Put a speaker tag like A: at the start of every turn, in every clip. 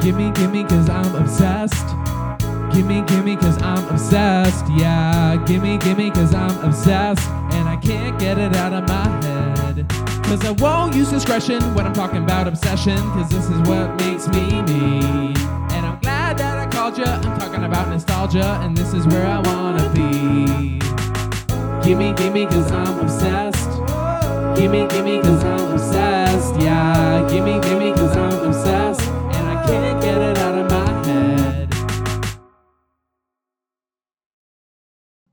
A: Gimme, gimme, cause I'm obsessed. Gimme, gimme, cause I'm obsessed. Yeah, gimme, gimme, cause I'm obsessed. And I can't get it out of my head. Cause I won't use discretion when I'm talking about obsession. Cause this is what makes me me. And I'm glad that I called ya. I'm talking about nostalgia, and this is where I wanna be. Gimme, gimme, cause I'm obsessed. Gimme, gimme, cause I'm obsessed. Yeah, gimme, gimme, cause I'm obsessed. And I can't get it out of my head.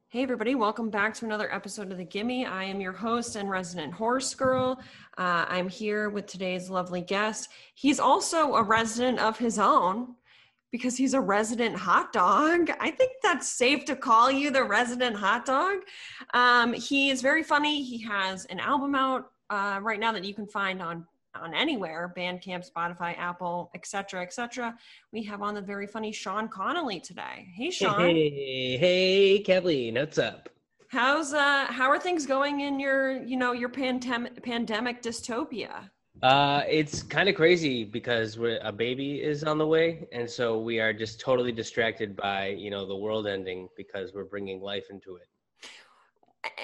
B: Hey, everybody, welcome back to another episode of The Gimme. I am your host and resident horse girl. Uh, I'm here with today's lovely guest. He's also a resident of his own because he's a resident hot dog. I think that's safe to call you the resident hot dog. Um, he is very funny. He has an album out uh, right now that you can find on on anywhere bandcamp spotify apple etc etc we have on the very funny sean connolly today hey sean
C: Hey, hey, Kathleen, what's up?
B: How's uh how are things going in your you know your pandemic pandemic dystopia?
C: Uh, it's kind of crazy because we're, a baby is on the way, and so we are just totally distracted by you know the world ending because we're bringing life into it.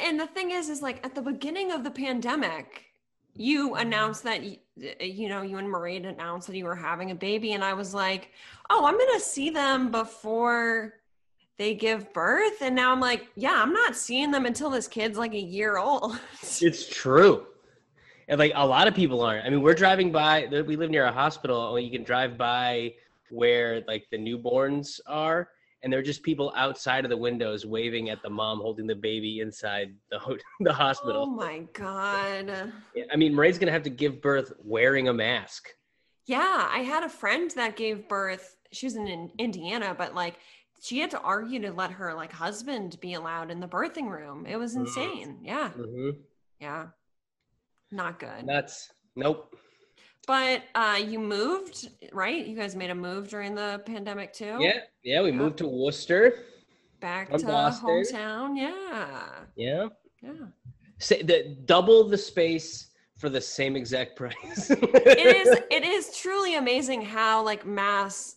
B: And the thing is is like at the beginning of the pandemic you announced that y- you know you and Marie had announced that you were having a baby and I was like, "Oh, I'm going to see them before they give birth." And now I'm like, "Yeah, I'm not seeing them until this kid's like a year old."
C: It's true, and like a lot of people aren't. I mean, we're driving by. We live near a hospital, and you can drive by where like the newborns are, and they're just people outside of the windows waving at the mom holding the baby inside the ho- the hospital.
B: oh my god.
C: Yeah, I mean, Marie's gonna have to give birth wearing a mask.
B: Yeah, I had a friend that gave birth. She was in in Indiana, but like she had to argue to let her like husband be allowed in the birthing room. It was
C: Mm.
B: insane. Yeah.
C: Mm-hmm.
B: Yeah. Not good.
C: Nuts. Nope.
B: But uh you moved, right? You guys made a move during the pandemic too.
C: Yeah, yeah. We moved to Worcester.
B: Back
C: From
B: to
C: Boston.
B: hometown. Yeah.
C: Yeah.
B: Yeah.
C: Sa the, double the space for the same exact price.
B: It is it is truly amazing how like mass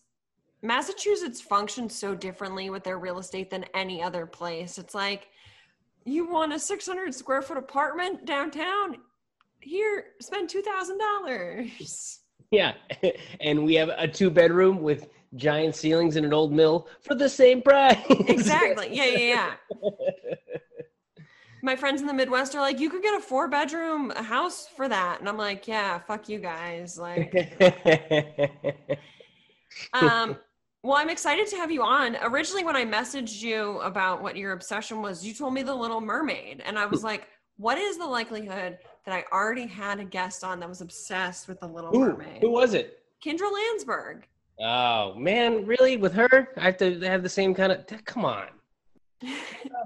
B: Massachusetts functions so differently with their real estate than any other place. It's like you want a 600 square foot apartment downtown? Here, spend $2,000.
C: yeah, and we have a two bedroom with giant ceilings and an old mill for the same price.
B: Exactly. Yeah, yeah, yeah. My friends in the Midwest are like, you could get a four bedroom house for that. And I'm like, yeah, fuck you guys. Like, um, well, I'm excited to have you on. Originally, when I messaged you about what your obsession was, you told me The Little Mermaid. And I was
C: Hmm.
B: like, what is the likelihood that I already had a guest on that was obsessed with The Little
C: who,
B: Mermaid?
C: who was it?
B: Kendra Landsberg.
C: Oh man, really? With her, I have to have the same kind of. Come on, of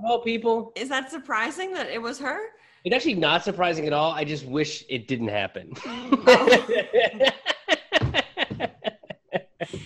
C: all people.
B: Is that surprising that it was her?
C: It's actually not surprising at all. I just wish it didn't happen. Hmm.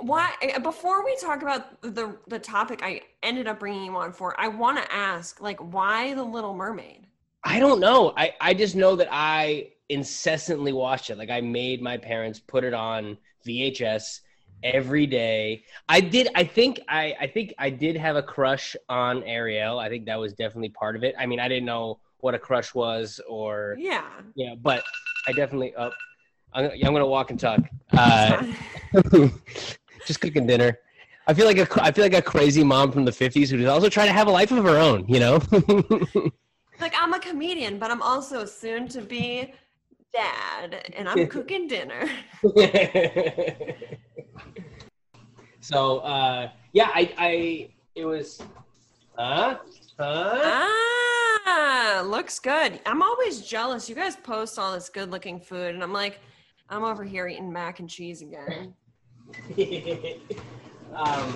B: Why? eh, Before we talk about the the topic I ended up bringing you on for, I want to ask, like, why The Little Mermaid?
C: I don't know. I, I just know that I incessantly watched it. Like I made my parents put it on VHS every day. I did I think I I think I did have a crush on Ariel. I think that was definitely part of it. I mean, I didn't know what a crush was or
B: Yeah.
C: yeah, but I definitely up I'm, I'm going to walk and talk. Uh just cooking dinner. I feel like a cr- I feel like a crazy mom from the fifties who's also trying to have a life of her own. You know.
B: like I'm a comedian, but I'm also soon to be dad, and I'm cooking dinner.
C: so uh, yeah, I, I it was huh huh.
B: Ah, looks good. I'm always jealous. You guys post all this good looking food, and I'm like, I'm over here eating mac and cheese again.
C: um,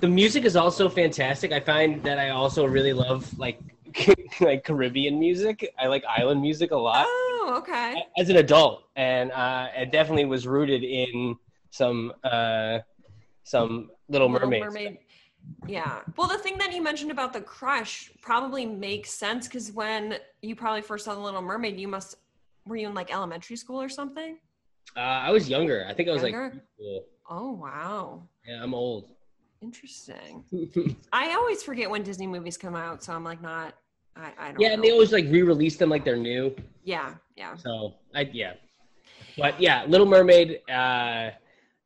C: the music is also fantastic. I find that I also really love like like Caribbean music. I like island music a lot.
B: Oh, okay.
C: as an adult, and uh, it definitely was rooted in some uh, some Little Mermaid.
B: Yeah. Well, the thing that you mentioned about the crush probably makes sense because when you probably first saw the Little Mermaid, you must were you in like elementary school or something?
C: Uh, I was younger. I think I was like,
B: Younger?
C: preschool.
B: Oh wow.
C: yeah, I'm old.
B: Interesting. I always forget when Disney movies come out, so I'm like not I, I don't
C: yeah,
B: know.
C: and they always like re-release them like they're new.
B: yeah, yeah.
C: So I yeah, but yeah, Little Mermaid, uh,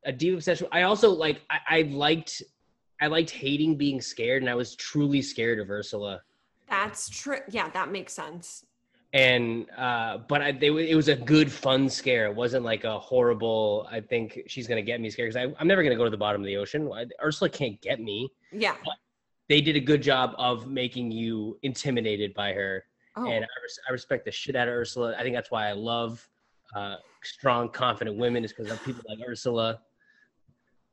C: a deep obsession. I also like I, I liked I liked hating being scared, and I was truly scared of Ursula.
B: That's true. Yeah, that makes sense.
C: And uh, but I, they, it was a good fun scare. It wasn't like a horrible. I think she's gonna get me scare because I'm never gonna go to the bottom of the ocean. I, Ursula can't get me.
B: Yeah.
C: They did a good job of making you intimidated by her
B: Oh,
C: and uh, I, res- I respect the shit out of Ursula. I think that's why I love uh, strong, confident women is because of people like Ursula.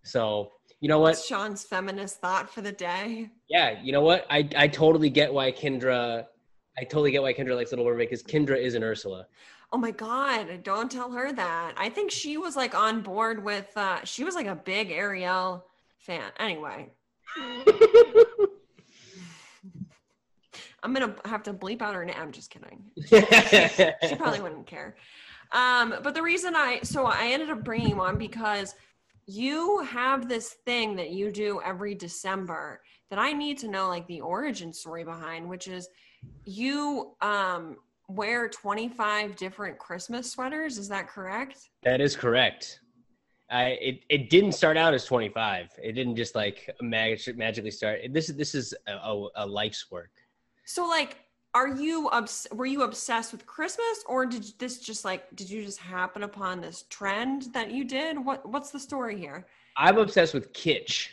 C: So you know
B: that's
C: what?
B: Sean's feminist thought for the day.
C: Yeah, you know what? I I totally get why Kendra. I totally get why Kendra likes Little Mermaid because Kendra is an Ursula.
B: Oh my God, don't tell her that. I think she was like on board with, uh, she was like a big Ariel fan. Anyway, I'm going to have to bleep out her name. I'm just kidding. She probably wouldn't care. Um, but the reason I, so I ended up bringing you on because you have this thing that you do every December that I need to know like the origin story behind, which is you, um, wear 25 different Christmas sweaters. Is that correct?
C: that is correct. I it, it didn't start out as 25. It didn't just like mag- magically start. This is this is a, a, a life's work.
B: So like are you obs- were you obsessed with Christmas or did this just like did you just happen upon this trend that you did? What what's the story here?
C: I'm obsessed with kitsch.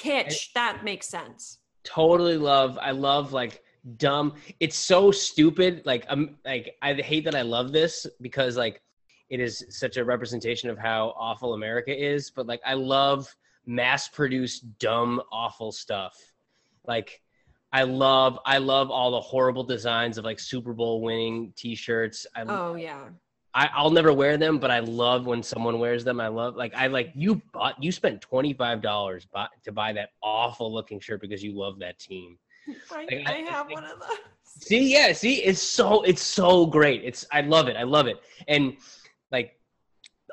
B: Kitsch, that makes sense.
C: totally love i love like dumb it's so stupid like i'm like i hate that i love this because like it is such a representation of how awful america is but like i love mass produced dumb awful stuff like i love i love all the horrible designs of like super bowl winning t-shirts i
B: Oh yeah.
C: I, I'll never wear them, but I love when someone wears them. I love like I like you bought you spent twenty five dollars to buy that awful looking shirt because you love that team.
B: I,
C: Like,
B: I
C: I-
B: have one of those.
C: See, yeah, see, it's so it's so great. It's I love it. I love it. And like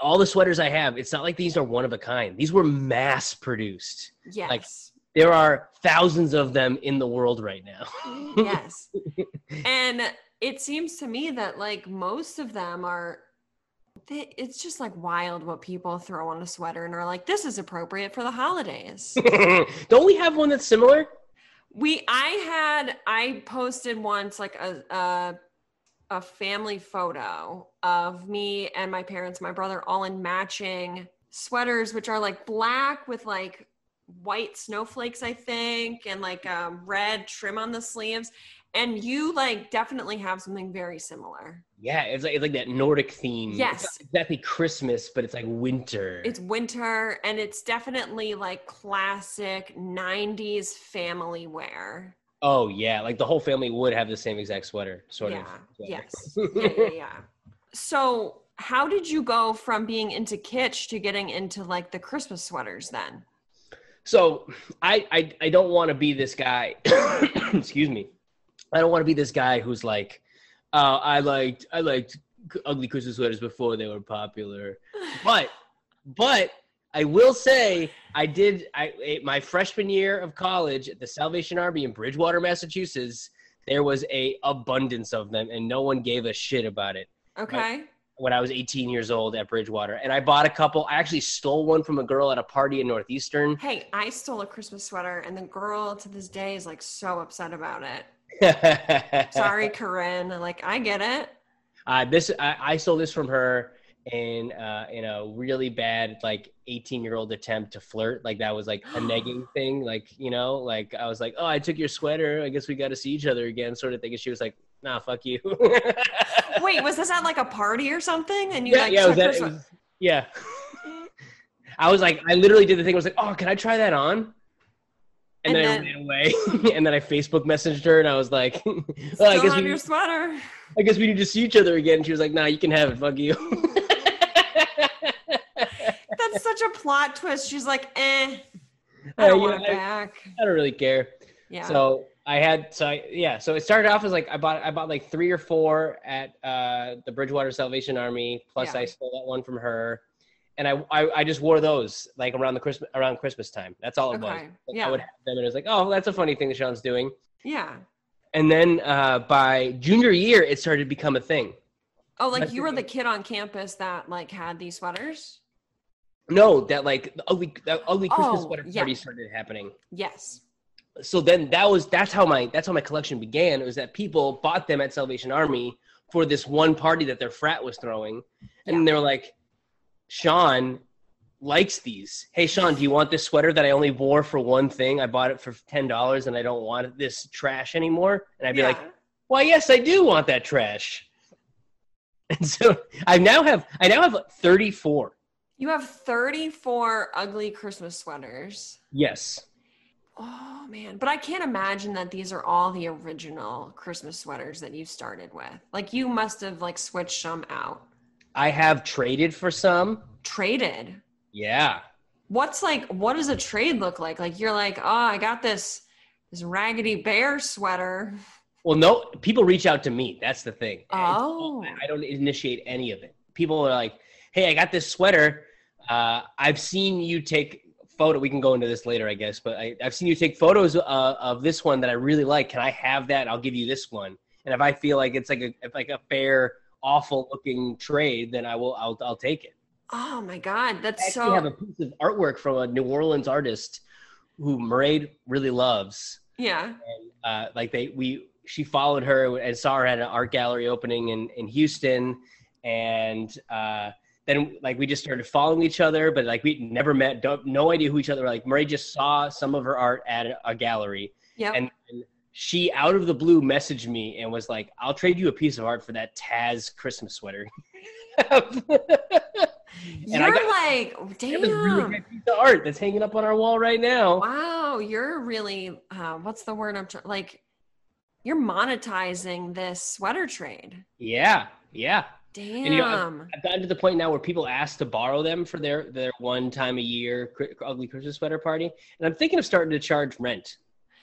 C: all the sweaters I have, it's not like these are one of a kind. These were mass produced.
B: Yes.
C: There are thousands of them in the world right now.
B: yes. And it seems to me that like most of them are they, it's just like wild what people throw on a sweater and are like this is appropriate for the holidays.
C: Don't we have one that's similar?
B: We I had I posted once like a a, a family photo of me and my parents, my brother, all in matching sweaters, which are like black with like white snowflakes, I think, and like um, red trim on the sleeves. And you like definitely have something very similar.
C: Yeah, it's like it's like that Nordic theme. It's
B: Yes.
C: not exactly Christmas, but it's like winter.
B: It's winter and it's definitely like classic 90s family wear.
C: oh yeah, like the whole family would have the same exact sweater, sort
B: yeah,
C: of.
B: Yes. yeah, yeah, yeah. So, how did you go from being into kitsch to getting into like the Christmas sweaters then?
C: So I I, I don't want to be this guy. excuse me. I don't want to be this guy who's like, uh, I liked I liked ugly Christmas sweaters before they were popular, but but I will say I did I it, my freshman year of college at the Salvation Army in Bridgewater, Massachusetts. There was a abundance of them, and no one gave a shit about it.
B: Okay.
C: when I was 18 years old at Bridgewater. And I bought a couple. I actually stole one from a girl at a party in Northeastern.
B: Hey, I stole a Christmas sweater and the girl to this day is like so upset about it. Sorry, Corinne. Like, I get it.
C: uh, this I, I stole this from her in uh, in a really bad like 18 year old attempt to flirt. Like that was like a negging thing. Like you know, like I was like, oh, I took your sweater. I guess we got to see each other again, sort of thing. And she was like, nah, fuck you.
B: Wait, was this at like a party or something? And you
C: yeah,
B: like
C: yeah,
B: took
C: it was
B: her
C: that- it
B: swe-
C: was- yeah. I was like, I literally did the thing. I was like, oh, can I try that on?
B: And
C: And, then,
B: then-
C: I ran away. and then I Facebook messaged her, and I was like, well, I
B: Still
C: guess
B: have
C: we,
B: your sweater.
C: I guess we need to see each other again. And she was like, nah, you can have it. Fuck you.
B: That's such a plot twist. She's like, eh, I
C: Yeah,
B: don't
C: you
B: want
C: know,
B: it back.
C: I don't really care.
B: Yeah.
C: So I had so I, yeah. So it started off as like I bought I bought like three or four at uh, the Bridgewater Salvation Army. Plus
B: Yeah.
C: I stole that one from her, and I, I I just wore those like around the Christmas around Christmas time. That's all it was.
B: Okay.
C: Like, I
B: Yeah.
C: would have them, and it was like, oh, that's a funny thing that Sean's doing.
B: Yeah.
C: And then uh, by junior year, it started to become a thing.
B: Oh, like
C: That's
B: you were
C: the-
B: the kid on campus that like had these sweaters?
C: No, that like the ugly that ugly Christmas
B: Oh,
C: sweater
B: yeah.
C: party started happening.
B: Yes.
C: so then that was that's how my that's how my collection began was that people bought them at salvation army for this one party that their frat was throwing and
B: Yeah.
C: they were like sean likes these hey sean do you want this sweater that i only wore for one thing i bought it for $10 and i don't want this trash anymore and i'd be like
B: Yeah.
C: why yes i do want that trash and so i now have i now have 34
B: you have 34 ugly Christmas sweaters.
C: yes
B: Oh man, but I can't imagine that these are all the original Christmas sweaters that you started with. Like you must have like switched some out.
C: i have traded for some
B: Traded.
C: yeah
B: What's like what does a trade look like? Like you're like, "Oh, I got this this raggedy bear sweater."
C: Well, no, people reach out to me. That's the thing. It's-
B: Oh.
C: I don't initiate any of it. People are like, "Hey, I got this sweater. Uh, I've seen you take photo. We can go into this later, I guess. But I, I've seen you take photos uh, of this one that I really like. Can I have that? I'll give you this one. And if I feel like it's like a if like a fair, awful looking trade, then I will. I'll I'll take it.
B: Oh my god,
C: I
B: that's
C: actually
B: so
C: have a piece of artwork from a New Orleans artist who Maraid really loves
B: Yeah.
C: uh, like they we she followed her and saw her at an art gallery opening in in Houston, and uh, then like we just started following each other, but like we never met, don't, no idea who each other were. Like Murray just saw some of her art at a, a gallery,
B: Yep.
C: and she out of the blue messaged me and was like, "I'll trade you a piece of art for that Taz Christmas sweater." and I
B: you're
C: got
B: like,
C: I
B: damn.
C: have this really great piece of art that's hanging up on our wall right now.
B: Wow, you're really uh, what's the word I'm trying like you're monetizing this sweater trade.
C: Yeah, yeah.
B: Damn.
C: you know, I've gotten to the point now where people ask to borrow them for their their one time a year cri- ugly Christmas sweater party, and I'm thinking of starting to charge rent.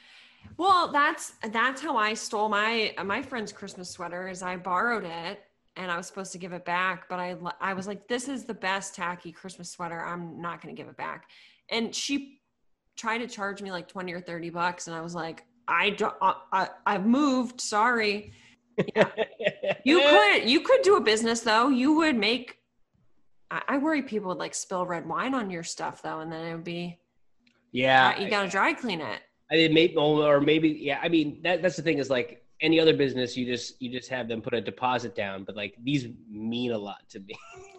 B: well, that's that's how I stole my my friend's Christmas sweater is I borrowed it and I was supposed to give it back, but I li- I was like this is the best tacky Christmas sweater. I'm not going to give it back. And she tried to charge me like 20 or 30 bucks and I was like I don't, I, I I've moved, sorry. You
C: Eh.
B: could you could do a business though. You would make. I, I worry people would like spill red wine on your stuff though, and then it would be "Uh,
C: yeah.
B: you got to dry clean it.
C: I mean, maybe or maybe yeah. I mean, that that's the thing is like any other business, you just you just have them put a deposit down, but like these mean a lot to me.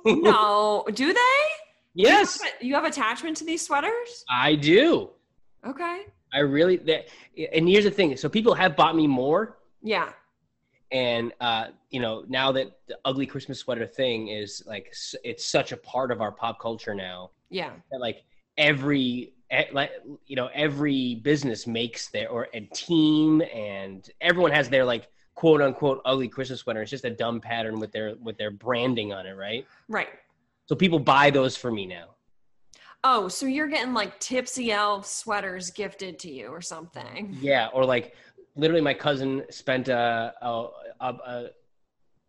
B: No, do they?
C: yes,
B: But you have attachment to these sweaters.
C: I do.
B: Okay.
C: I really that. And here's the thing: so people have bought me more
B: Yeah.
C: and uh, you know now that the ugly christmas sweater thing is like s- it's such a part of our pop culture now
B: Yeah.
C: that like every eh, like you know every business makes their or a team and everyone has their like quote unquote ugly christmas sweater it's just a dumb pattern with their with their branding on it right
B: Right.
C: so people buy those for me now
B: Oh, so you're getting like tipsy elf sweaters gifted to you or something.
C: yeah or like literally my cousin spent a a, a, a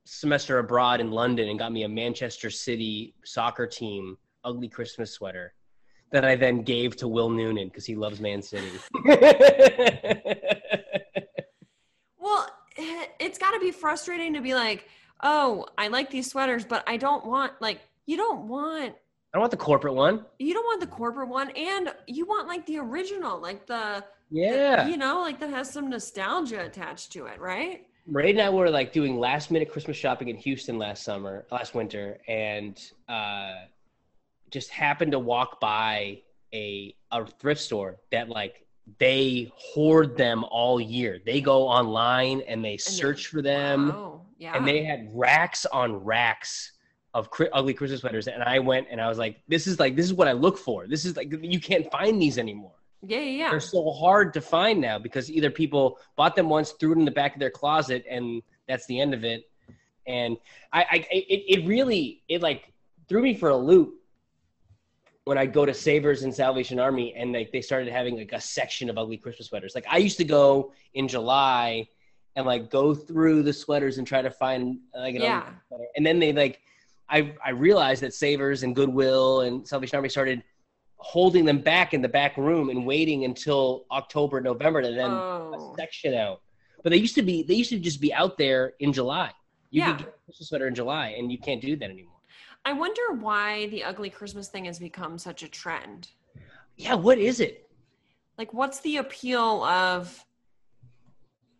C: semester abroad in london and got me a manchester city soccer team ugly christmas sweater that i then gave to will noonan because he loves man city
B: Well, eh, it's got to be frustrating to be like, oh, I like these sweaters, but I don't want like you don't want
C: i want the corporate one
B: you don't want the corporate one and you want like the original like the
C: yeah
B: you know like that has some nostalgia attached to it right
C: Ray and I were like doing last minute Christmas shopping in Houston last summer, last winter, and uh, just happened to walk by a a thrift store that like they hoard them all year. They go online and they search for them,
B: wow. yeah
C: Um, and they had racks on racks of cri- ugly Christmas sweaters. And I went and I was like, "This is like this is what I look for. This is like you can't find these anymore."
B: yeah yeah yeah.
C: they're so hard to find now because either people bought them once, threw it in the back of their closet, and that's the end of it. And I, I it, it really, it like threw me for a loop when I'd go to Savers and Salvation Army and like they started having like a section of ugly Christmas sweaters. Like I used to go in July and like go through the sweaters and try to find like an
B: Yeah.
C: ugly sweater. And then they like I I realized that Savers and Goodwill and Salvation Army started holding them back in the back room and waiting until October, November to then
B: oh.
C: a section out. But they used to be they used to just be out there in July. You
B: Yeah.
C: could get a Christmas sweater in July and you can't do that anymore.
B: I wonder why the ugly Christmas thing has become such a trend.
C: Yeah, what is it?
B: Like, what's the appeal of?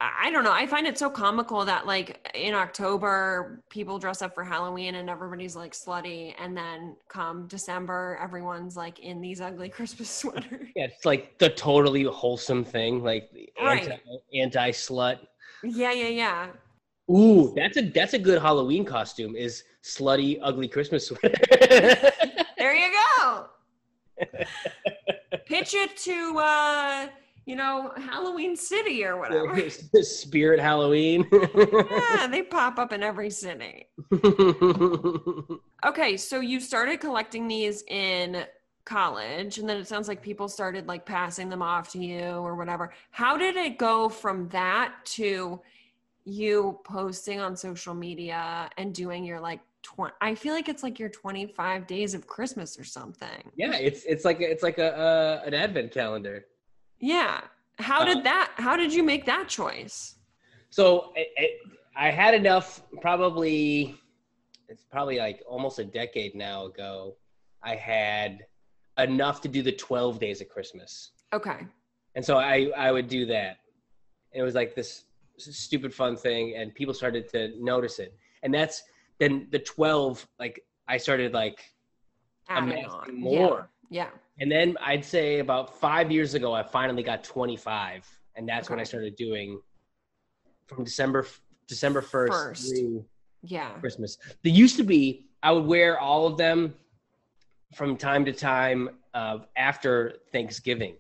B: I I don't know. I find it so comical that like in October people dress up for Halloween and everybody's like slutty, and then come December everyone's like in these ugly Christmas sweaters.
C: Yeah, it's like the totally wholesome thing, like
B: Right.
C: anti anti slut.
B: yeah, yeah, yeah.
C: Ooh, that's a that's a good Halloween costume is slutty ugly Christmas sweater.
B: There you go. Pitch it to uh, you know Halloween City or whatever.
C: Spirit Halloween.
B: yeah, they pop up in every city. Okay, so you started collecting these in college, and then it sounds like people started like passing them off to you or whatever. How did it go from that to you posting on social media and doing your like 20? I feel like it's like your 25 days of Christmas or something.
C: yeah, it's it's like it's like a uh, an advent calendar.
B: Yeah. How did that, how did you make that choice?
C: So it, it, I had enough. Probably it's probably like almost a decade now ago. I had enough to do the twelve days of Christmas.
B: Okay.
C: And so I, I would do that. And it was like this stupid fun thing and people started to notice it. And that's then the 12, like I started like
B: Adding
C: amassing
B: on.
C: more.
B: Yeah.
C: And then I'd say about five years ago, I finally got 25. And that's when
B: Okay.
C: I started doing from December, December 1st
B: First.
C: through
B: Yeah. Yeah.
C: Christmas. There used to be I would wear all of them from time to time uh, after Thanksgiving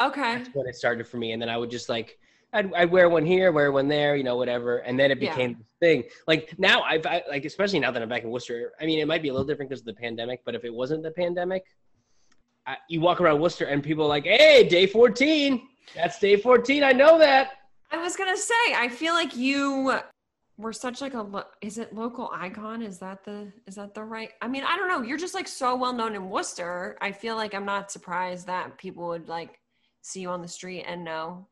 B: Okay.
C: that's when it started for me. And then I would just like, I'd, I'd wear one here, wear one there, you know, whatever. And then it
B: Yeah.
C: became this thing. Like now, I've I, like, especially now that I'm back in Worcester. I mean, it might be a little different because of the pandemic, but if it wasn't the pandemic, I, you walk around Worcester and people are like, "Hey, day 14. That's day 14. I know that."
B: I was gonna say, I feel like you were such like a lo- is it local icon? Is that the is that the right? I mean, I don't know. You're just like so well known in Worcester. I feel like I'm not surprised that people would like see you on the street and know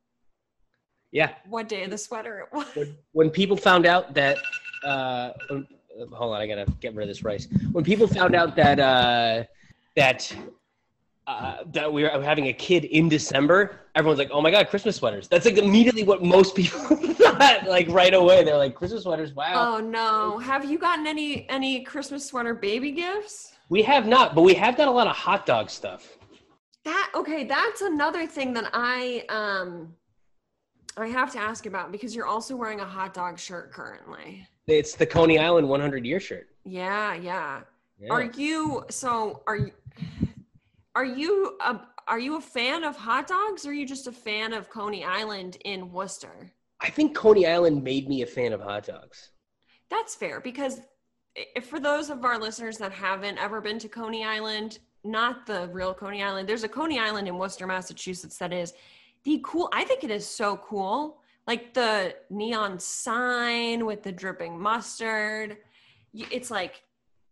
C: Yeah.
B: what day of the sweater oh, it was.
C: When, when people found out that, uh, when- uh, hold on, I gotta get rid of this rice. When people found out that uh, that uh, that we were having a kid in December, everyone's like, "Oh my god, Christmas sweaters!" That's like immediately what most people thought. Like right away, they're like, "Christmas sweaters! Wow."
B: Oh no! Have you gotten any any Christmas sweater baby gifts?
C: we have not, but we have done a lot of hot dog stuff.
B: That okay, that's another thing that I um I have to ask about because you're also wearing a hot dog shirt currently.
C: It's the Coney Island 100 year shirt.
B: Yeah, yeah.
C: Yeah.
B: Are you so are you are you a, are you a fan of hot dogs or are you just a fan of Coney Island in Worcester?
C: I think Coney Island made me a fan of hot dogs.
B: That's fair because i- for those of our listeners that haven't ever been to Coney Island, not the real Coney Island, there's a Coney Island in Worcester, Massachusetts that is the cool I think it is so cool. Like the neon sign with the dripping mustard. Y- It's like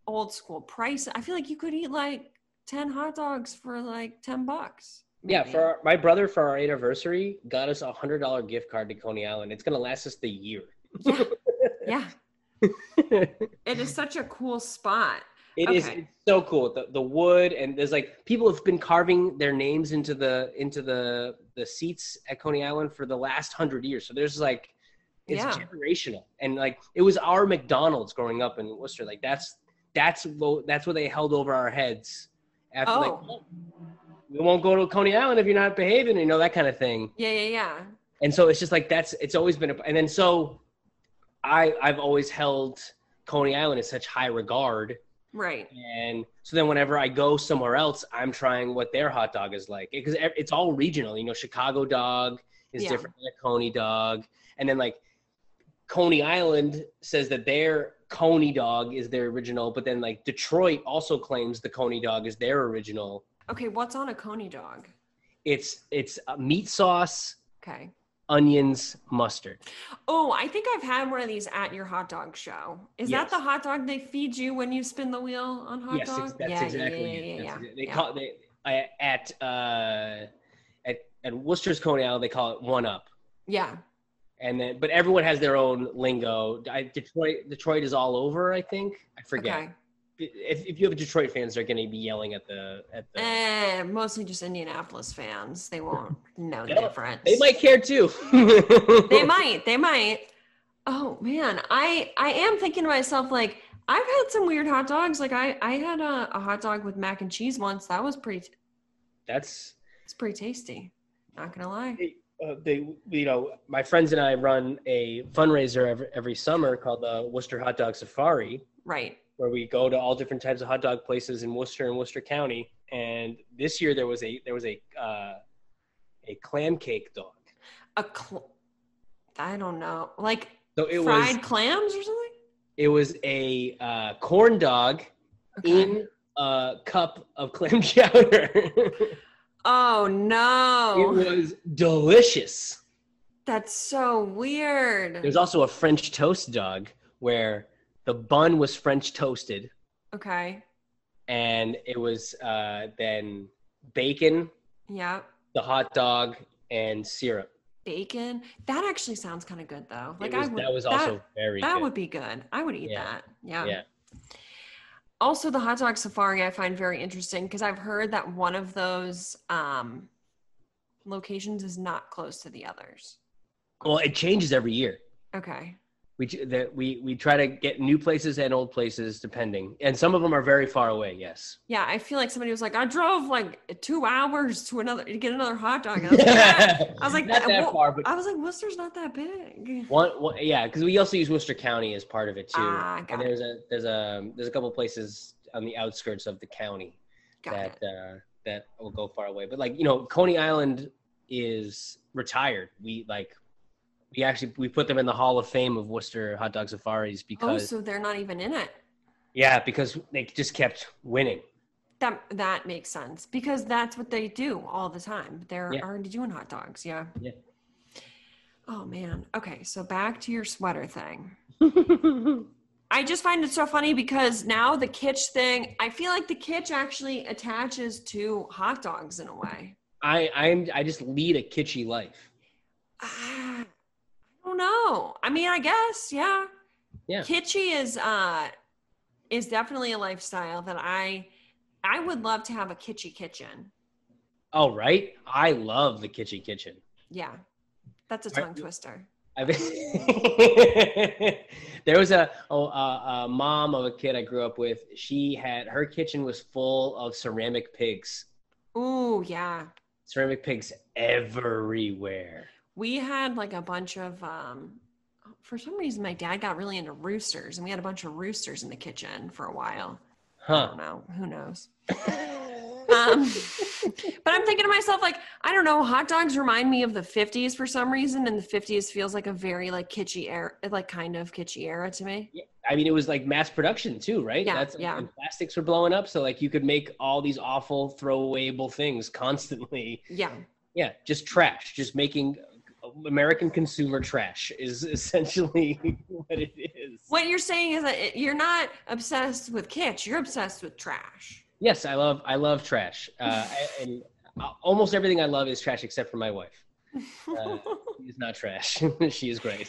B: old school price. I feel like you could eat like 10 hot dogs for like 10 bucks.
C: Yeah,
B: maybe.
C: for our, my brother for our anniversary got us a hundred dollar gift card to Coney Island. It's gonna last us the year.
B: yeah. It is such a cool spot.
C: It is
B: Okay.
C: it's so cool. The the wood and there's like people have been carving their names into the into the the seats at Coney Island for the last hundred years. So there's like it's
B: Yeah.
C: generational and like it was our McDonald's growing up in Worcester. Like that's that's lo- that's what they held over our heads after like
B: Oh.
C: we won't go to Coney Island if you're not behaving, you know that kind of thing.
B: Yeah, yeah, yeah.
C: and so it's just like that's it's always been a, and then so i i've always held coney island in such high regard
B: Right.
C: and so then whenever i go somewhere else i'm trying what their hot dog is like because e, it's all regional you know chicago dog is
B: Yeah.
C: different than a coney dog and then like coney island says that their Coney Dog is their original, but then like Detroit also claims the Coney Dog is their original.
B: Okay, what's on a coney dog?
C: It's it's uh, meat sauce,
B: Okay.
C: onions, mustard.
B: Oh, I think I've had one of these at your hot dog show. Is
C: Yes.
B: that the hot dog they feed you when you spin the wheel on hot
C: yes,
B: dog?
C: ex- that's exactly it.
B: yeah, yeah,
C: That's
B: yeah,
C: exa- They
B: yeah.
C: call they I- at uh, at at Worcester's Coney Island they call it one up,
B: Yeah.
C: and then but everyone has their own lingo. I, Detroit Detroit is all over. I think I forget.
B: Okay.
C: If, if you have Detroit fans, they're going to be yelling at the at the.
B: Eh, mostly just Indianapolis fans. They won't know the
C: They'll-
B: difference.
C: They might care too.
B: They might. They might. Oh man, I I am thinking to myself like I've had some weird hot dogs. Like I I had a, a hot dog with mac and cheese once. That was pretty.
C: That's
B: It's pretty tasty. Not gonna lie.
C: uh, they. You know, my friends and I run a fundraiser every, every summer called the Worcester Hot Dog Safari.
B: Right.
C: where we go to all different types of hot dog places in Worcester and Worcester County. And this year there was a there was a uh, a clam cake dog.
B: A cl- I don't know. Like
C: So it
B: fried
C: was
B: clams or something.
C: it was a uh, corn dog
B: Okay.
C: in a cup of clam chowder.
B: oh
C: It
B: no,
C: was delicious.
B: that's so weird.
C: There's also a French toast dog where the bun was French toasted
B: Okay.
C: and it was uh, then bacon,
B: Yeah.
C: the hot dog, and syrup.
B: Bacon. That actually sounds kind of good though. Like
C: it was,
B: I would.
C: that was also very
B: That
C: good.
B: would be good. I would eat
C: Yeah.
B: that. Yeah.
C: Yeah.
B: Also, the hot dog safari I find very interesting because I've heard that one of those um, locations is not close to the others.
C: Well, it changes every year.
B: Okay.
C: We ch- that we we try to get new places and old places depending, and some of them are very far away. Yes.
B: Yeah, I feel like somebody was like, I drove like two hours to another to get another hot dog. And I was like, "Ah." I was like,
C: not that
B: "Wha-
C: far, but
B: I was like, Worcester's not that big.
C: one, one yeah, because we also use Worcester County as part of it too.
B: Ah, got
C: and
B: it.
C: there's a there's a there's a couple places on the outskirts of the county
B: Got
C: that
B: it.
C: uh, that will go far away. But like you know, Coney Island is retired. We like we actually we put them in the Hall of Fame of Worcester hot dog safaris
B: Oh,
C: because
B: so they're not even in it.
C: yeah, because they just kept winning.
B: That that makes sense because that's what they do all the time. They're
C: Yeah.
B: already doing hot dogs. Yeah.
C: Yeah.
B: Oh man. Okay, so back to your sweater thing. I just find it so funny because now the kitsch thing, I feel like the kitsch actually attaches to hot dogs in a way.
C: I I'm I just lead a kitschy life.
B: Ah, I don't know. I mean, I guess, yeah.
C: Yeah.
B: Kitschy is uh is definitely a lifestyle that I I would love to have a kitschy kitchen.
C: Oh right, I love the kitschy kitchen.
B: Yeah. That's a
C: Right.
B: tongue twister.
C: I've there was a, oh, uh a mom of a kid I grew up with. She had her kitchen was full of ceramic pigs.
B: Ooh, yeah.
C: Ceramic pigs everywhere.
B: we had like a bunch of um for some reason my dad got really into roosters and we had a bunch of roosters in the kitchen for a while i
C: Huh.
B: don't know who knows um but i'm thinking to myself like i don't know hot dogs remind me of the 50s for some reason and the 50s feels like a very like kitschy era like kind of kitschy era to me
C: I mean, it was like mass production too, right?
B: Yeah,
C: That's
B: yeah.
C: And plastics were blowing up, so like you could make all these awful throwawayable things constantly.
B: yeah
C: Yeah, just trash. Just making American consumer trash is essentially what it is.
B: what you're saying is that it, you're not obsessed with kitsch you're obsessed with trash
C: Yes, I love I love trash, uh, I- and uh, almost everything I love is trash except for my wife. Uh, She's not trash. she is great.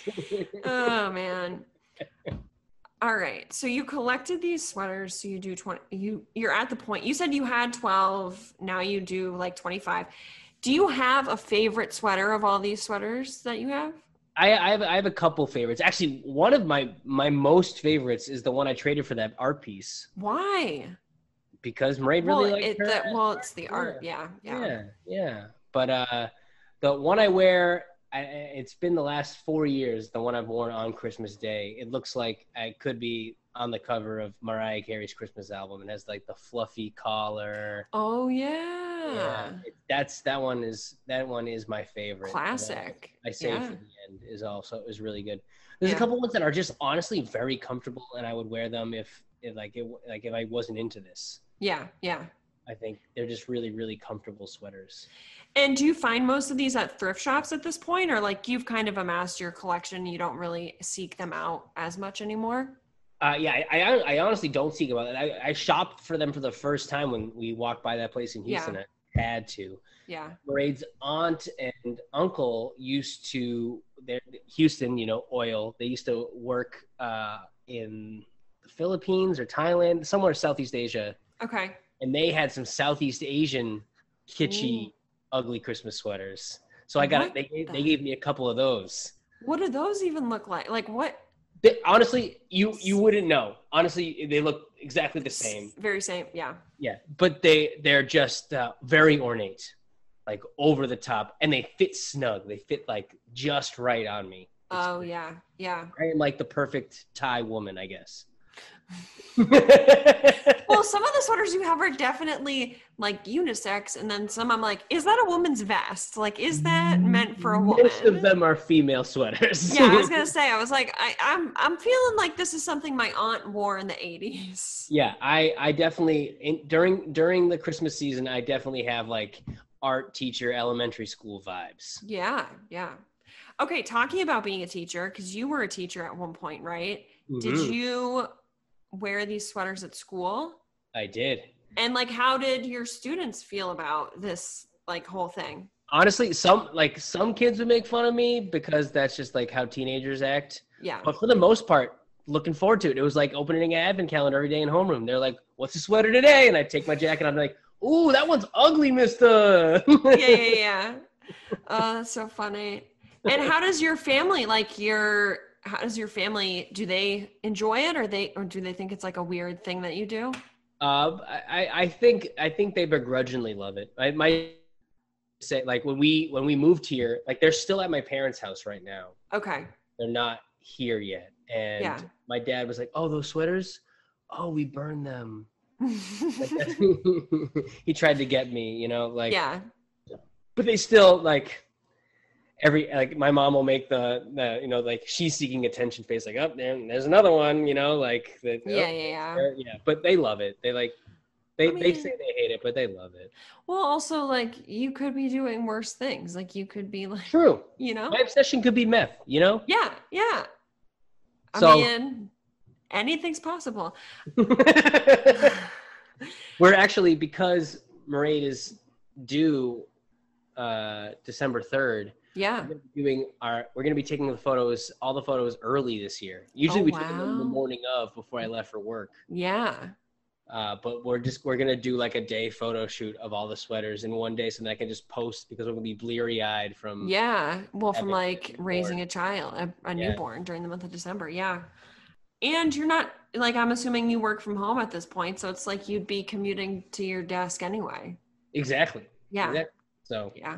B: oh man all right so you collected these sweaters so you do 20 you you're at the point you said you had 12 now you do like 25 do you have a favorite sweater of all these sweaters that you have
C: I, I have I have a couple favorites. Actually, one of my my most favorites is the one I traded for that art piece
B: why
C: because Murray
B: well,
C: really liked
B: it,
C: her.
B: the, well it's the art yeah yeah,
C: yeah yeah but uh the one i wear I, I- it's been the last four years the one i've worn on christmas day it looks like i could be on the cover of mariah carey's christmas album and has like the fluffy collar
B: oh yeah,
C: it's that's that one is that one is my favorite.
B: Classic.
C: I say
B: Yeah.
C: for the end is also is really good. There's
B: Yeah.
C: a couple ones that are just honestly very comfortable, and I would wear them if, if like it, like if I wasn't into this.
B: Yeah, yeah.
C: I think they're just really really comfortable sweaters.
B: And do you find most of these at thrift shops at this point, or like you've kind of amassed your collection, you don't really seek them out as much anymore?
C: Uh, yeah, I, I I honestly don't seek about it. I, I shopped for them for the first time when we walked by that place in
B: Yeah.
C: Houston. I had to.
B: Yeah,
C: Braid's aunt and uncle used to their Houston, you know, oil. They used to work uh, in the Philippines or Thailand, somewhere Southeast Asia,
B: okay.
C: and they had some Southeast Asian kitschy,
B: Ooh.
C: ugly Christmas sweaters. So I got
B: What
C: they gave,
B: the-
C: they gave me a couple of those.
B: What do those even look like? Like what?
C: They, honestly, you you wouldn't know. Honestly, they look exactly the same.
B: Very same. Yeah.
C: Yeah, but they they're just uh, very ornate, like over the top, and they fit snug. They fit like just right on me. It's-
B: Oh yeah, yeah.
C: I am like the perfect Thai woman, I guess.
B: Well, some of the sweaters you have are definitely like unisex, and then some I'm like, is that a woman's vest? Like, is that meant for a woman?
C: Most of them are female sweaters.
B: Yeah, I was gonna say, I was like, I, I'm I'm feeling like this is something my aunt wore in the '80s.
C: Yeah, I I definitely in, during during the Christmas season, I definitely have like art teacher elementary school vibes.
B: Yeah, yeah. Okay, talking about being a teacher, because you were a teacher at one point, right?
C: Mhm.
B: Did you wear these sweaters at school?
C: I did.
B: And like, how did your students feel about this like whole thing?
C: Honestly, some like some kids would make fun of me because that's just like how teenagers act.
B: Yeah,
C: But for the most part, looking forward to it. It was like opening an advent calendar every day in homeroom. They're like, "What's the sweater today?" And I take my jacket. and I'm like, "Ooh, that one's ugly, Mister."
B: yeah, yeah, yeah. Oh, that's so funny. And how does your family like your? How does your family? Do they enjoy it, or they, or do they think it's like a weird thing that you do?
C: Uh, I, I think I think they begrudgingly love it. I might say like when we when we moved here, like they're still at my parents' house right now.
B: Okay.
C: They're not here yet, and
B: Yeah.
C: my dad was like, "Oh, those sweaters." Oh, we burned them. Like, he tried to get me, you know, like
B: yeah.
C: but they still like every like my mom will make the, the you know like she's seeking attention face like up oh, there there's another one you know like the, oh,
B: Yeah, yeah, yeah.
C: there- yeah but they love it they like they
B: I
C: they
B: mean-
C: say they hate it but they love it
B: Well, also like you could be doing worse things. Like you could be like,
C: true
B: you know.
C: my obsession could be meth you know
B: Yeah, yeah. I
C: So-
B: mean, anything's possible.
C: we're actually because Maraid is due uh december 3rd
B: yeah.
C: we're gonna be doing our we're gonna be taking the photos all the photos early this year usually
B: Oh,
C: we took them the
B: wow.
C: morning of before i left for work
B: Yeah.
C: uh, but we're just we're gonna do like a day photo shoot of all the sweaters in one day so that i can just post because we're gonna be bleary eyed from
B: Yeah. Well, from
C: Having a
B: like
C: Mm. newborn.
B: raising a child, a, a
C: Yeah.
B: newborn during the month of December. Yeah. And you're not like, I'm assuming you work from home at this point. So it's like you'd be commuting to your desk anyway.
C: exactly
B: Yeah.
C: exactly. so
B: Yeah.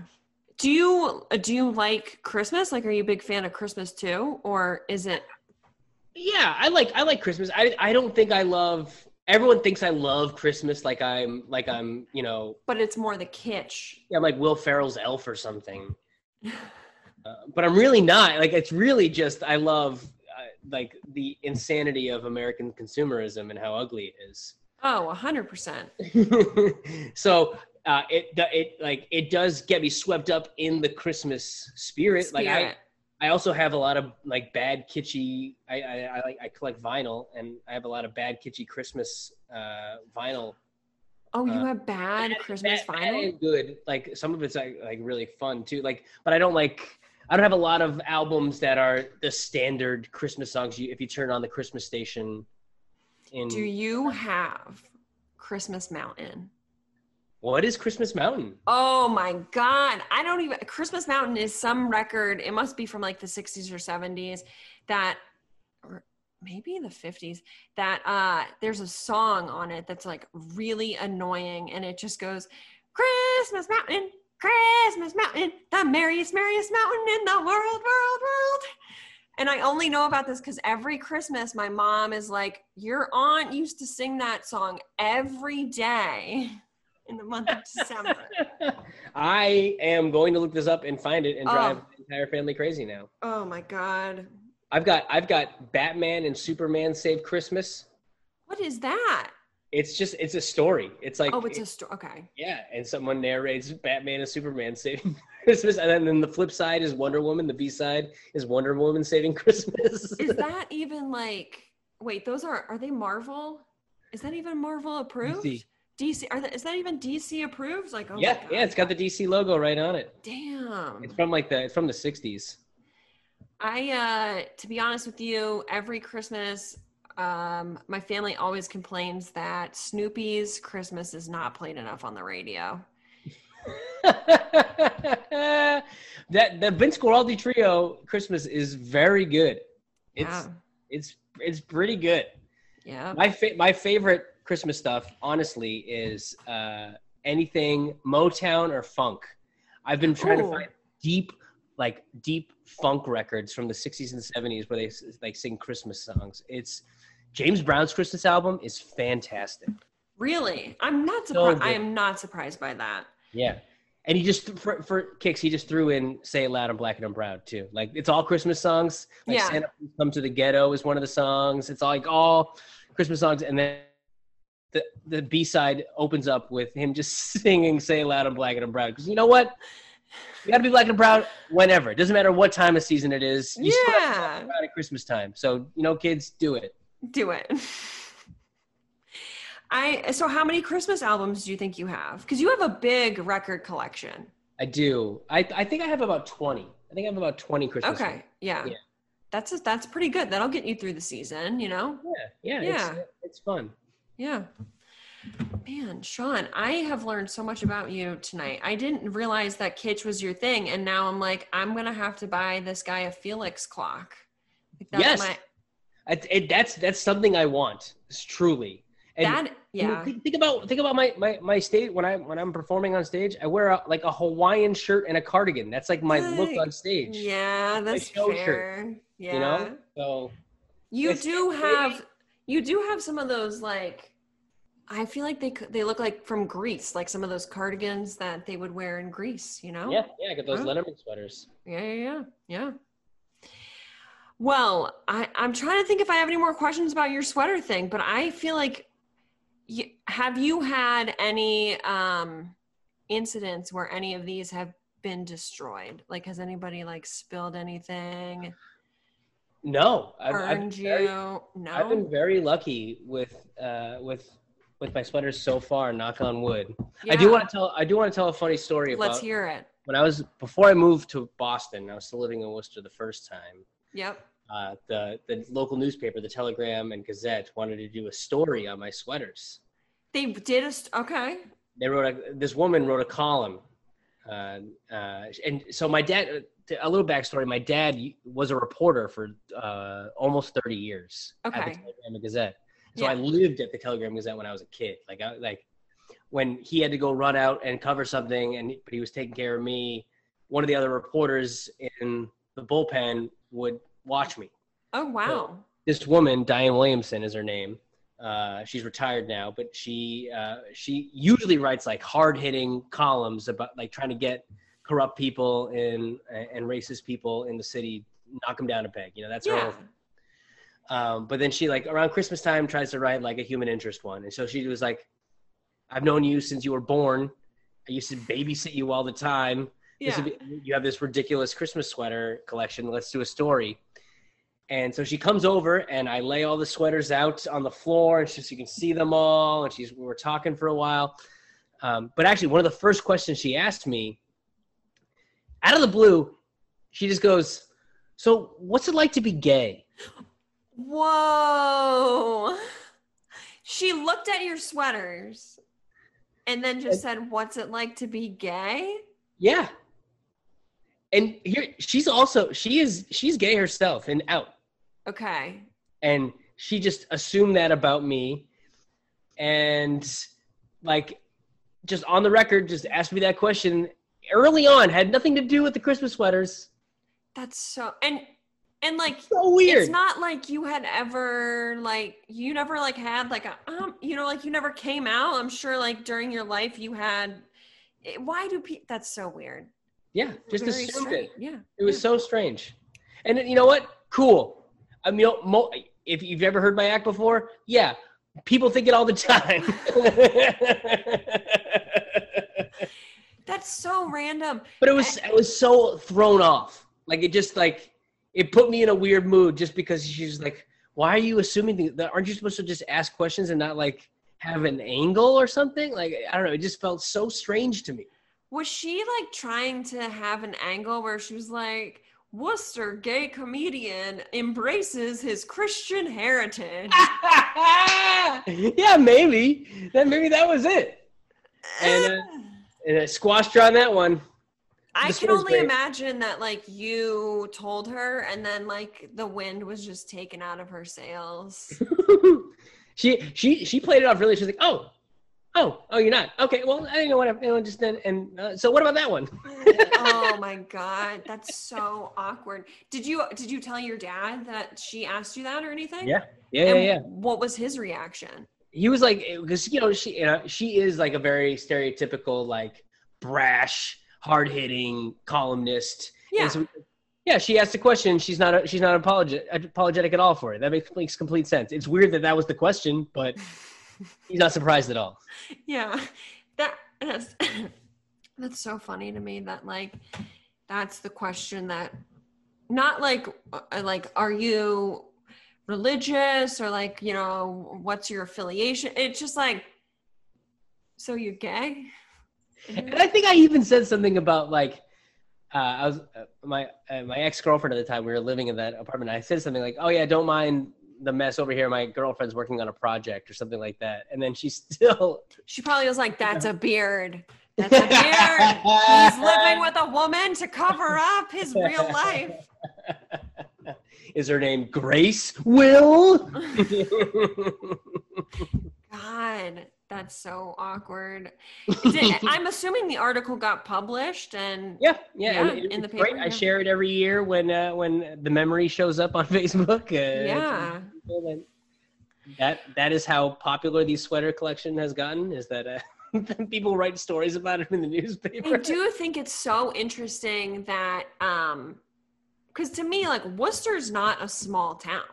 B: Do you uh, do you like Christmas? Like, are you a big fan of Christmas too, or is it?
C: yeah i like i like christmas i i don't think i love everyone thinks i love christmas like i'm like i'm you know
B: But it's more the kitsch.
C: yeah, i'm like will ferrell's elf or something uh, but i'm really not like it's really just i love uh, like the insanity of american consumerism and how ugly it is
B: Oh, hundred percent.
C: so uh, it do- it like it does get me swept up in the Christmas spirit. Like I, I also have a lot of like bad kitschy. I I, I like I collect vinyl, and I have a lot of bad kitschy Christmas uh, vinyl.
B: Oh, you
C: uh,
B: have bad Christmas
C: Bad- bad
B: vinyl.
C: and good. Like some of it's like, like really fun too. Like, but I don't like. I don't have a lot of albums that are the standard Christmas songs. You if you turn on the Christmas station. In
B: Do you have Christmas Mountain?
C: what is Christmas Mountain?
B: Oh my God. I don't even. Christmas Mountain is some record. It must be from like the 60s or 70s that, or maybe the 50s, that uh, there's a song on it that's like really annoying and it just goes, Christmas Mountain, Christmas Mountain, the merriest, merriest mountain in the world, world, world. And I only know about this because every Christmas, my mom is like, Your aunt used to sing that song every day. in the month of December.
C: I am going to look this up and find it and
B: Oh.
C: drive the entire family crazy now.
B: oh my God.
C: I've got I've got Batman and Superman Save Christmas.
B: What is that?
C: It's just it's a story. It's like
B: oh, it's a story. Okay.
C: yeah, and someone narrates Batman and Superman saving Christmas, and then, then the flip side is Wonder Woman. The B side is Wonder Woman saving Christmas.
B: Is that even like, wait, those are, are they Marvel? Is that even Marvel approved?
C: DC.
B: DC. are that, is that even DC approved? Like, oh
C: yeah,
B: my God.
C: yeah, it's got the DC logo right on it.
B: Damn.
C: It's from like the it's from the '60s.
B: I, uh, to be honest with you, every Christmas, um, my family always complains that Snoopy's Christmas is not played enough on the radio.
C: that the Vince Guaraldi trio Christmas is very good. It's it's it's pretty good.
B: yeah. Yeah.
C: My fa- my favorite Christmas stuff, honestly, is uh, anything Motown or funk. I've been trying
B: Ooh.
C: to find deep, like deep funk records from the '60s and '70s where they s- like sing Christmas songs. It's James Brown's Christmas album is fantastic.
B: Really? I'm not
C: So
B: surprised. I
C: good.
B: am not surprised by that.
C: Yeah. And he just th- for, for kicks, he just threw in "Say It Loud" and "Black and I'm Proud" too. Like it's all Christmas songs. Like
B: Yeah.
C: Santa Please Come to the Ghetto" is one of the songs. It's all, like all Christmas songs, and then the the B side opens up with him just singing "Say It Loud" and "Black and I'm Proud" because you know what, you got to be black and proud whenever. It doesn't matter what time of season it is. You still gotta be black
B: yeah.
C: and proud at Christmas time. So you know, kids, do it.
B: Do it. I so how many Christmas albums do you think you have? Because you have a big record collection.
C: I do. I I think I have about twenty. I think I have about twenty Christmas.
B: Okay. Yeah.
C: Yeah.
B: That's a, that's pretty good. That'll get you through the season, you know?
C: songs. Yeah, yeah, It's, it's fun.
B: Yeah. Man, Sean, I have learned so much about you tonight. I didn't realize that kitsch was your thing, and now I'm like, I'm gonna have to buy this guy a Felix clock. Like,
C: Yes. I, it, that's that's something I want. It's truly. And
B: that
C: you know,
B: yeah.
C: think, think about think about my my my state when I when I'm performing on stage. I wear a, like a Hawaiian shirt and a cardigan. That's like my look
B: Right.
C: on stage.
B: Yeah, that's
C: show shirt,
B: fair. Yeah.
C: You know. So
B: You
C: It's-
B: do
C: it's
B: have you do have some of those like I feel like they could- they look like from Greece, like some of those cardigans that they would wear in Greece, you know?
C: yeah, yeah. I got those
B: Oh. Huh?
C: Letterman sweaters.
B: Yeah, yeah, yeah. yeah. Well, I, I'm trying to think if I have any more questions about your sweater thing, but I feel like you, have you had any um, incidents where any of these have been destroyed? Like, has anybody like spilled anything,
C: No, I've, I've
B: burned
C: been
B: you?
C: very-
B: no.
C: I've been very lucky with uh, with with my sweaters so far. Knock on wood. I do
B: Yeah.
C: want to tell I do want to tell a funny story about
B: Let's hear it.
C: when I was before I moved to Boston. I was still living in Worcester the first time.
B: Yep.
C: uh, the the local newspaper, the Telegram and Gazette, wanted to do a story on my sweaters.
B: They did a st- okay.
C: They wrote a, this woman wrote a column, uh, uh, and so my dad. A little backstory: My dad was a reporter for uh, almost thirty years at
B: Okay.
C: the Telegram and Gazette. So I
B: Yeah.
C: lived at the Telegram Gazette when I was a kid. Like I like when he had to go run out and cover something, and but he was taking care of me. One of the other reporters in the bullpen would watch me
B: Oh wow.
C: this woman, Diane Williamson is her name. Uh, she's retired now, but she uh, she usually writes like hard hitting columns about like trying to get corrupt people and and racist people in the city knock them down a peg. You know that's her.
B: Yeah.
C: whole- Um, but then she like around Christmas time tries to write like a human interest one, and so she was like, "I've known you since you were born. I used to babysit you all the time. This
B: Yeah.
C: would be- you have this ridiculous Christmas sweater collection. Let's do a story. And so she comes over, and I lay all the sweaters out on the floor, and she, so you can see them all. And she's we were talking for a while. Um, but actually, one of the first questions she asked me, out of the blue, she just goes, "So, what's it like to be gay?"
B: Whoa. She looked at your sweaters and then just said, What's it like to be gay?
C: Yeah. And here she's also she is she's gay herself and out.
B: Okay.
C: and she just assumed that about me and like just on the record just asked me that question early on had nothing to do with the christmas sweaters
B: That's so and And like
C: So weird.
B: it's not like you had ever like you never like had like a um you know like you never came out. I'm sure like during your life you had. it- Why do people? That's so weird.
C: yeah, just
B: Very
C: assumed
B: strange.
C: it.
B: Yeah.
C: It was so strange. And you know what? Cool. I mean, you know, mo- if you've ever heard my act before, yeah, people think it all the time.
B: That's so random.
C: but it was I was so thrown off. Like it just like it put me in a weird mood just because she's like, why are you assuming things? Aren't you supposed to just ask questions and not like have an angle or something? Like I don't know. It just felt so strange to me.
B: Was she like trying to have an angle where she was like, Worcester gay comedian embraces his Christian heritage?
C: yeah, maybe. That maybe that was it. And, uh, And a squashed her on that one.
B: I
C: this
B: can
C: one's
B: only
C: great.
B: imagine that like you told her and then like the wind was just taken out of her sails.
C: she she she played it off really. She's like, oh, oh, oh, you're not okay. Well, I don't know what I just then. And uh, so, what about that one?
B: oh my god, that's so awkward. Did you did you tell your dad that she asked you that or anything?
C: yeah, yeah,
B: And
C: yeah.
B: What was his reaction?
C: He was like, because you know she you know, she is like a very stereotypical like brash, hard hitting columnist. And
B: Yeah.
C: so we- yeah, she asked a question. She's not. She's not apologetic, apologetic at all for it. That makes, makes complete sense. It's weird that that was the question, but he's not surprised at all.
B: yeah that that's that's so funny to me that like that's the question that not like uh, like are you religious or like you know what's your affiliation it's just like so you're gay
C: And I think I even said something about like uh, I was uh, my uh, my ex girlfriend at the time. We were living in that apartment. I said something like, "Oh yeah, don't mind the mess over here. My girlfriend's working on a project or something like that." And then she still
B: she probably was like that's a beard that's a beard he's living with a woman to cover up his real life
C: is her name Grace Will.
B: God, that's so awkward. Did- I'm assuming the article got published and
C: Yeah, yeah,
B: Yeah,
C: and it
B: in
C: was
B: the
C: great.
B: paper,
C: I
B: yeah.
C: share it every year when uh, when the memory shows up on Facebook. Uh,
B: yeah.
C: and that that is how popular the sweater collection has gotten. Is that uh, people write stories about it in the
B: I
C: newspaper?
B: do think it's so interesting that um because to me like Worcester's not a small town.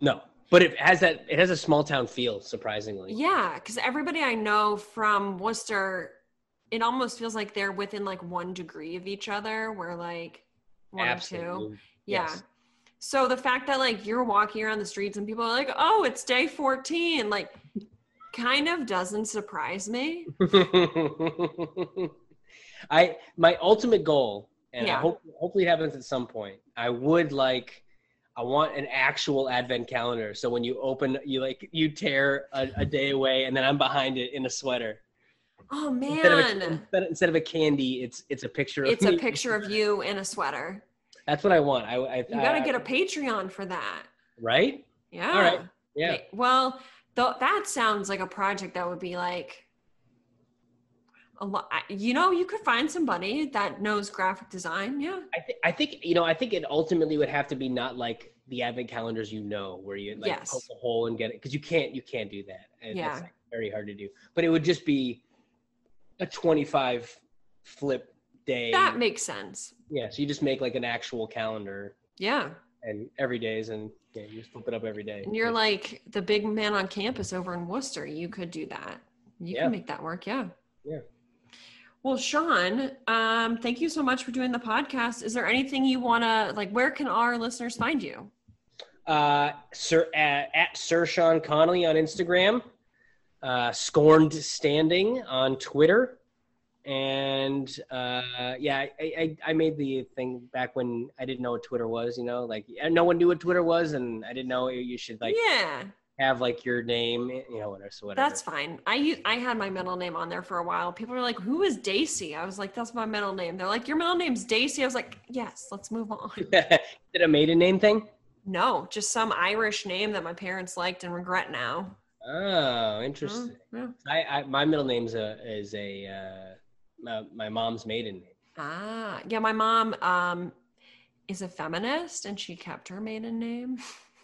C: No, but it has that. It has a small town feel, surprisingly.
B: Yeah, because everybody I know from Worcester, it almost feels like they're within like one degree of each other. We're like one or two.
C: Absolutely.
B: Yeah.
C: Yes.
B: So the fact that like you're walking around the streets and people are like, "Oh, it's day 14," like kind of doesn't surprise me.
C: I my ultimate goal, and I
B: Yeah.
C: hope hopefully it happens at some point. I would like, I want an actual advent calendar. So when you open, you like you tear a, a day away, and then I'm behind it in a sweater.
B: Oh
C: Instead of, a,
B: man.
C: instead, instead of a candy, it's it's a picture.
B: It's
C: of
B: a
C: me.
B: picture of you in a sweater.
C: That's what I want. I, I
B: You got to get a Patreon for that.
C: right.
B: Yeah.
C: right. Yeah.
B: Ma- Well, th- that sounds like a project that would be like a lot. You know, you could find somebody that knows graphic design. Yeah.
C: I think I think you know I think it ultimately would have to be not like the advent calendars you know where you like
B: Yes.
C: poke a hole and get it because you can't you can't do that. And
B: Yeah.
C: That's like, very hard to do. But it would just be a 25 flip day.
B: That makes sense.
C: yeah, so you just make like an actual calendar
B: Yeah.
C: and every day's and yeah, you just flip it up every day.
B: And you're like the big man on campus over in Worcester. You could do that. You
C: Yeah.
B: can make that work. Yeah.
C: Yeah.
B: Well, Sean, um, thank you so much for doing the podcast. Is there anything you want to like? Where can our listeners find you?
C: uh, Sir at, at Sir Sean Connolly on Instagram, uh, Scorned Standing on Twitter, and uh, yeah, I, I, I made the thing back when I didn't know what Twitter was. You know, like and no one knew what Twitter was, and I didn't know you should like
B: yeah,
C: have like your name. You know, whatever. So whatever.
B: that's fine. I u- I had my middle name on there for a while. People were like, "Who is Daisy?" I was like, "That's my middle name." They're like, "Your middle name's Daisy." I was like, "Yes, let's move on."
C: Did a maiden name thing?
B: no, just some Irish name that my parents liked and regret now.
C: Oh, interesting.
B: Yeah.
C: I, I my middle name's a is a uh, my, my mom's maiden name.
B: Ah, yeah, my mom um is a feminist and she kept her maiden name.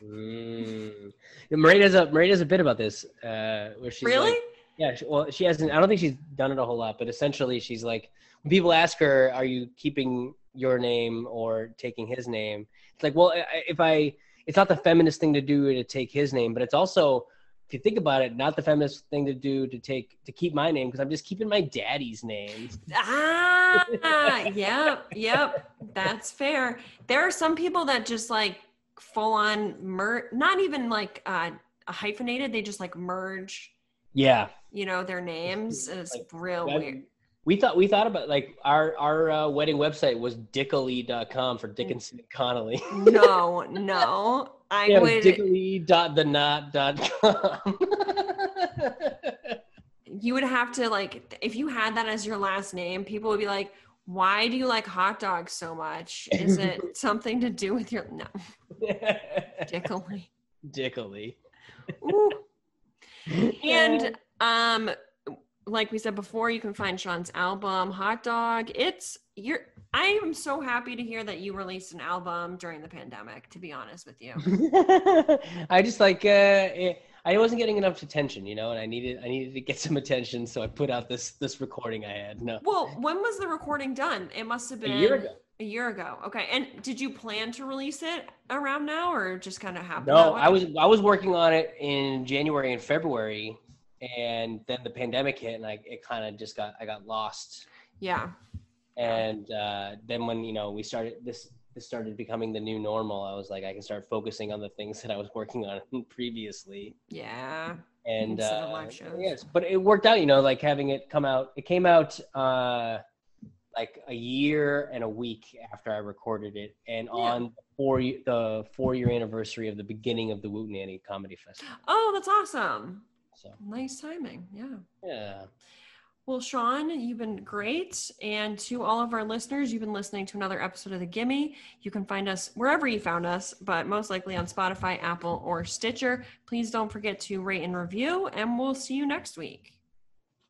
C: Mm. Marie does a Marie does a bit about this, uh, where she's
B: really?
C: like- yeah. She, well, she hasn't. I don't think she's done it a whole lot, but essentially, she's like, when people ask her, "Are you keeping your name or taking his name?" It's like, well, I- I- if I, it's not the feminist thing to do to take his name, but it's also, if you think about it, not the feminist thing to do to take to keep my name because I'm just keeping my daddy's name.
B: ah, yep, yep. That's fair. There are some people that just like full on mer, not even like uh, hyphenated. They just like merge,
C: Yeah.
B: you know, their names. It's
C: Like,
B: real
C: that-
B: weird.
C: We thought we thought about like our our uh, wedding website was dickley.com for
B: Mm.
C: Dickinson and Connolly.
B: No, no. I
C: Yeah,
B: would.
C: Dickley dot the knot dot com.
B: you would have to like if you had that as your last name people would be like why do you like hot dogs so much is it something to do with your no dickily
C: Dickley.
B: Ooh. and um like we said before you can find sean's album hot dog it's you're i am so happy to hear that you released an album during the pandemic to be honest with you
C: I just like uh, eh, I wasn't getting enough attention, you know, and I needed I needed to get some attention, so I put out this this recording I had. No,
B: well when was the recording done it must have
C: a
B: been
C: year ago.
B: A year ago. Okay. And did you plan to release it around now or it just kind of happened? that
C: No,
B: way?
C: I was I was working on it in January and February, and then the pandemic hit, and I it kind of just got I got lost
B: Yeah.
C: and uh, then when you know we started this this started becoming the new normal i was like i can start focusing on the things that i was working on previously
B: Yeah.
C: and
B: Instead of
C: uh,
B: live shows.
C: yes but it worked out you know like having it come out it came out uh like a year and a week after i recorded it and
B: Yeah.
C: on four y- the four year anniversary of the beginning of the woot nanny comedy festival
B: Oh, that's awesome.
C: so
B: Nice timing. Yeah.
C: yeah
B: Well, Sean, you've been great. And to all of our listeners, you've been listening to another episode of The Gimme. You can find us wherever you found us, but most likely on Spotify, Apple, or Stitcher. Please don't forget to rate and review, and we'll see you next week.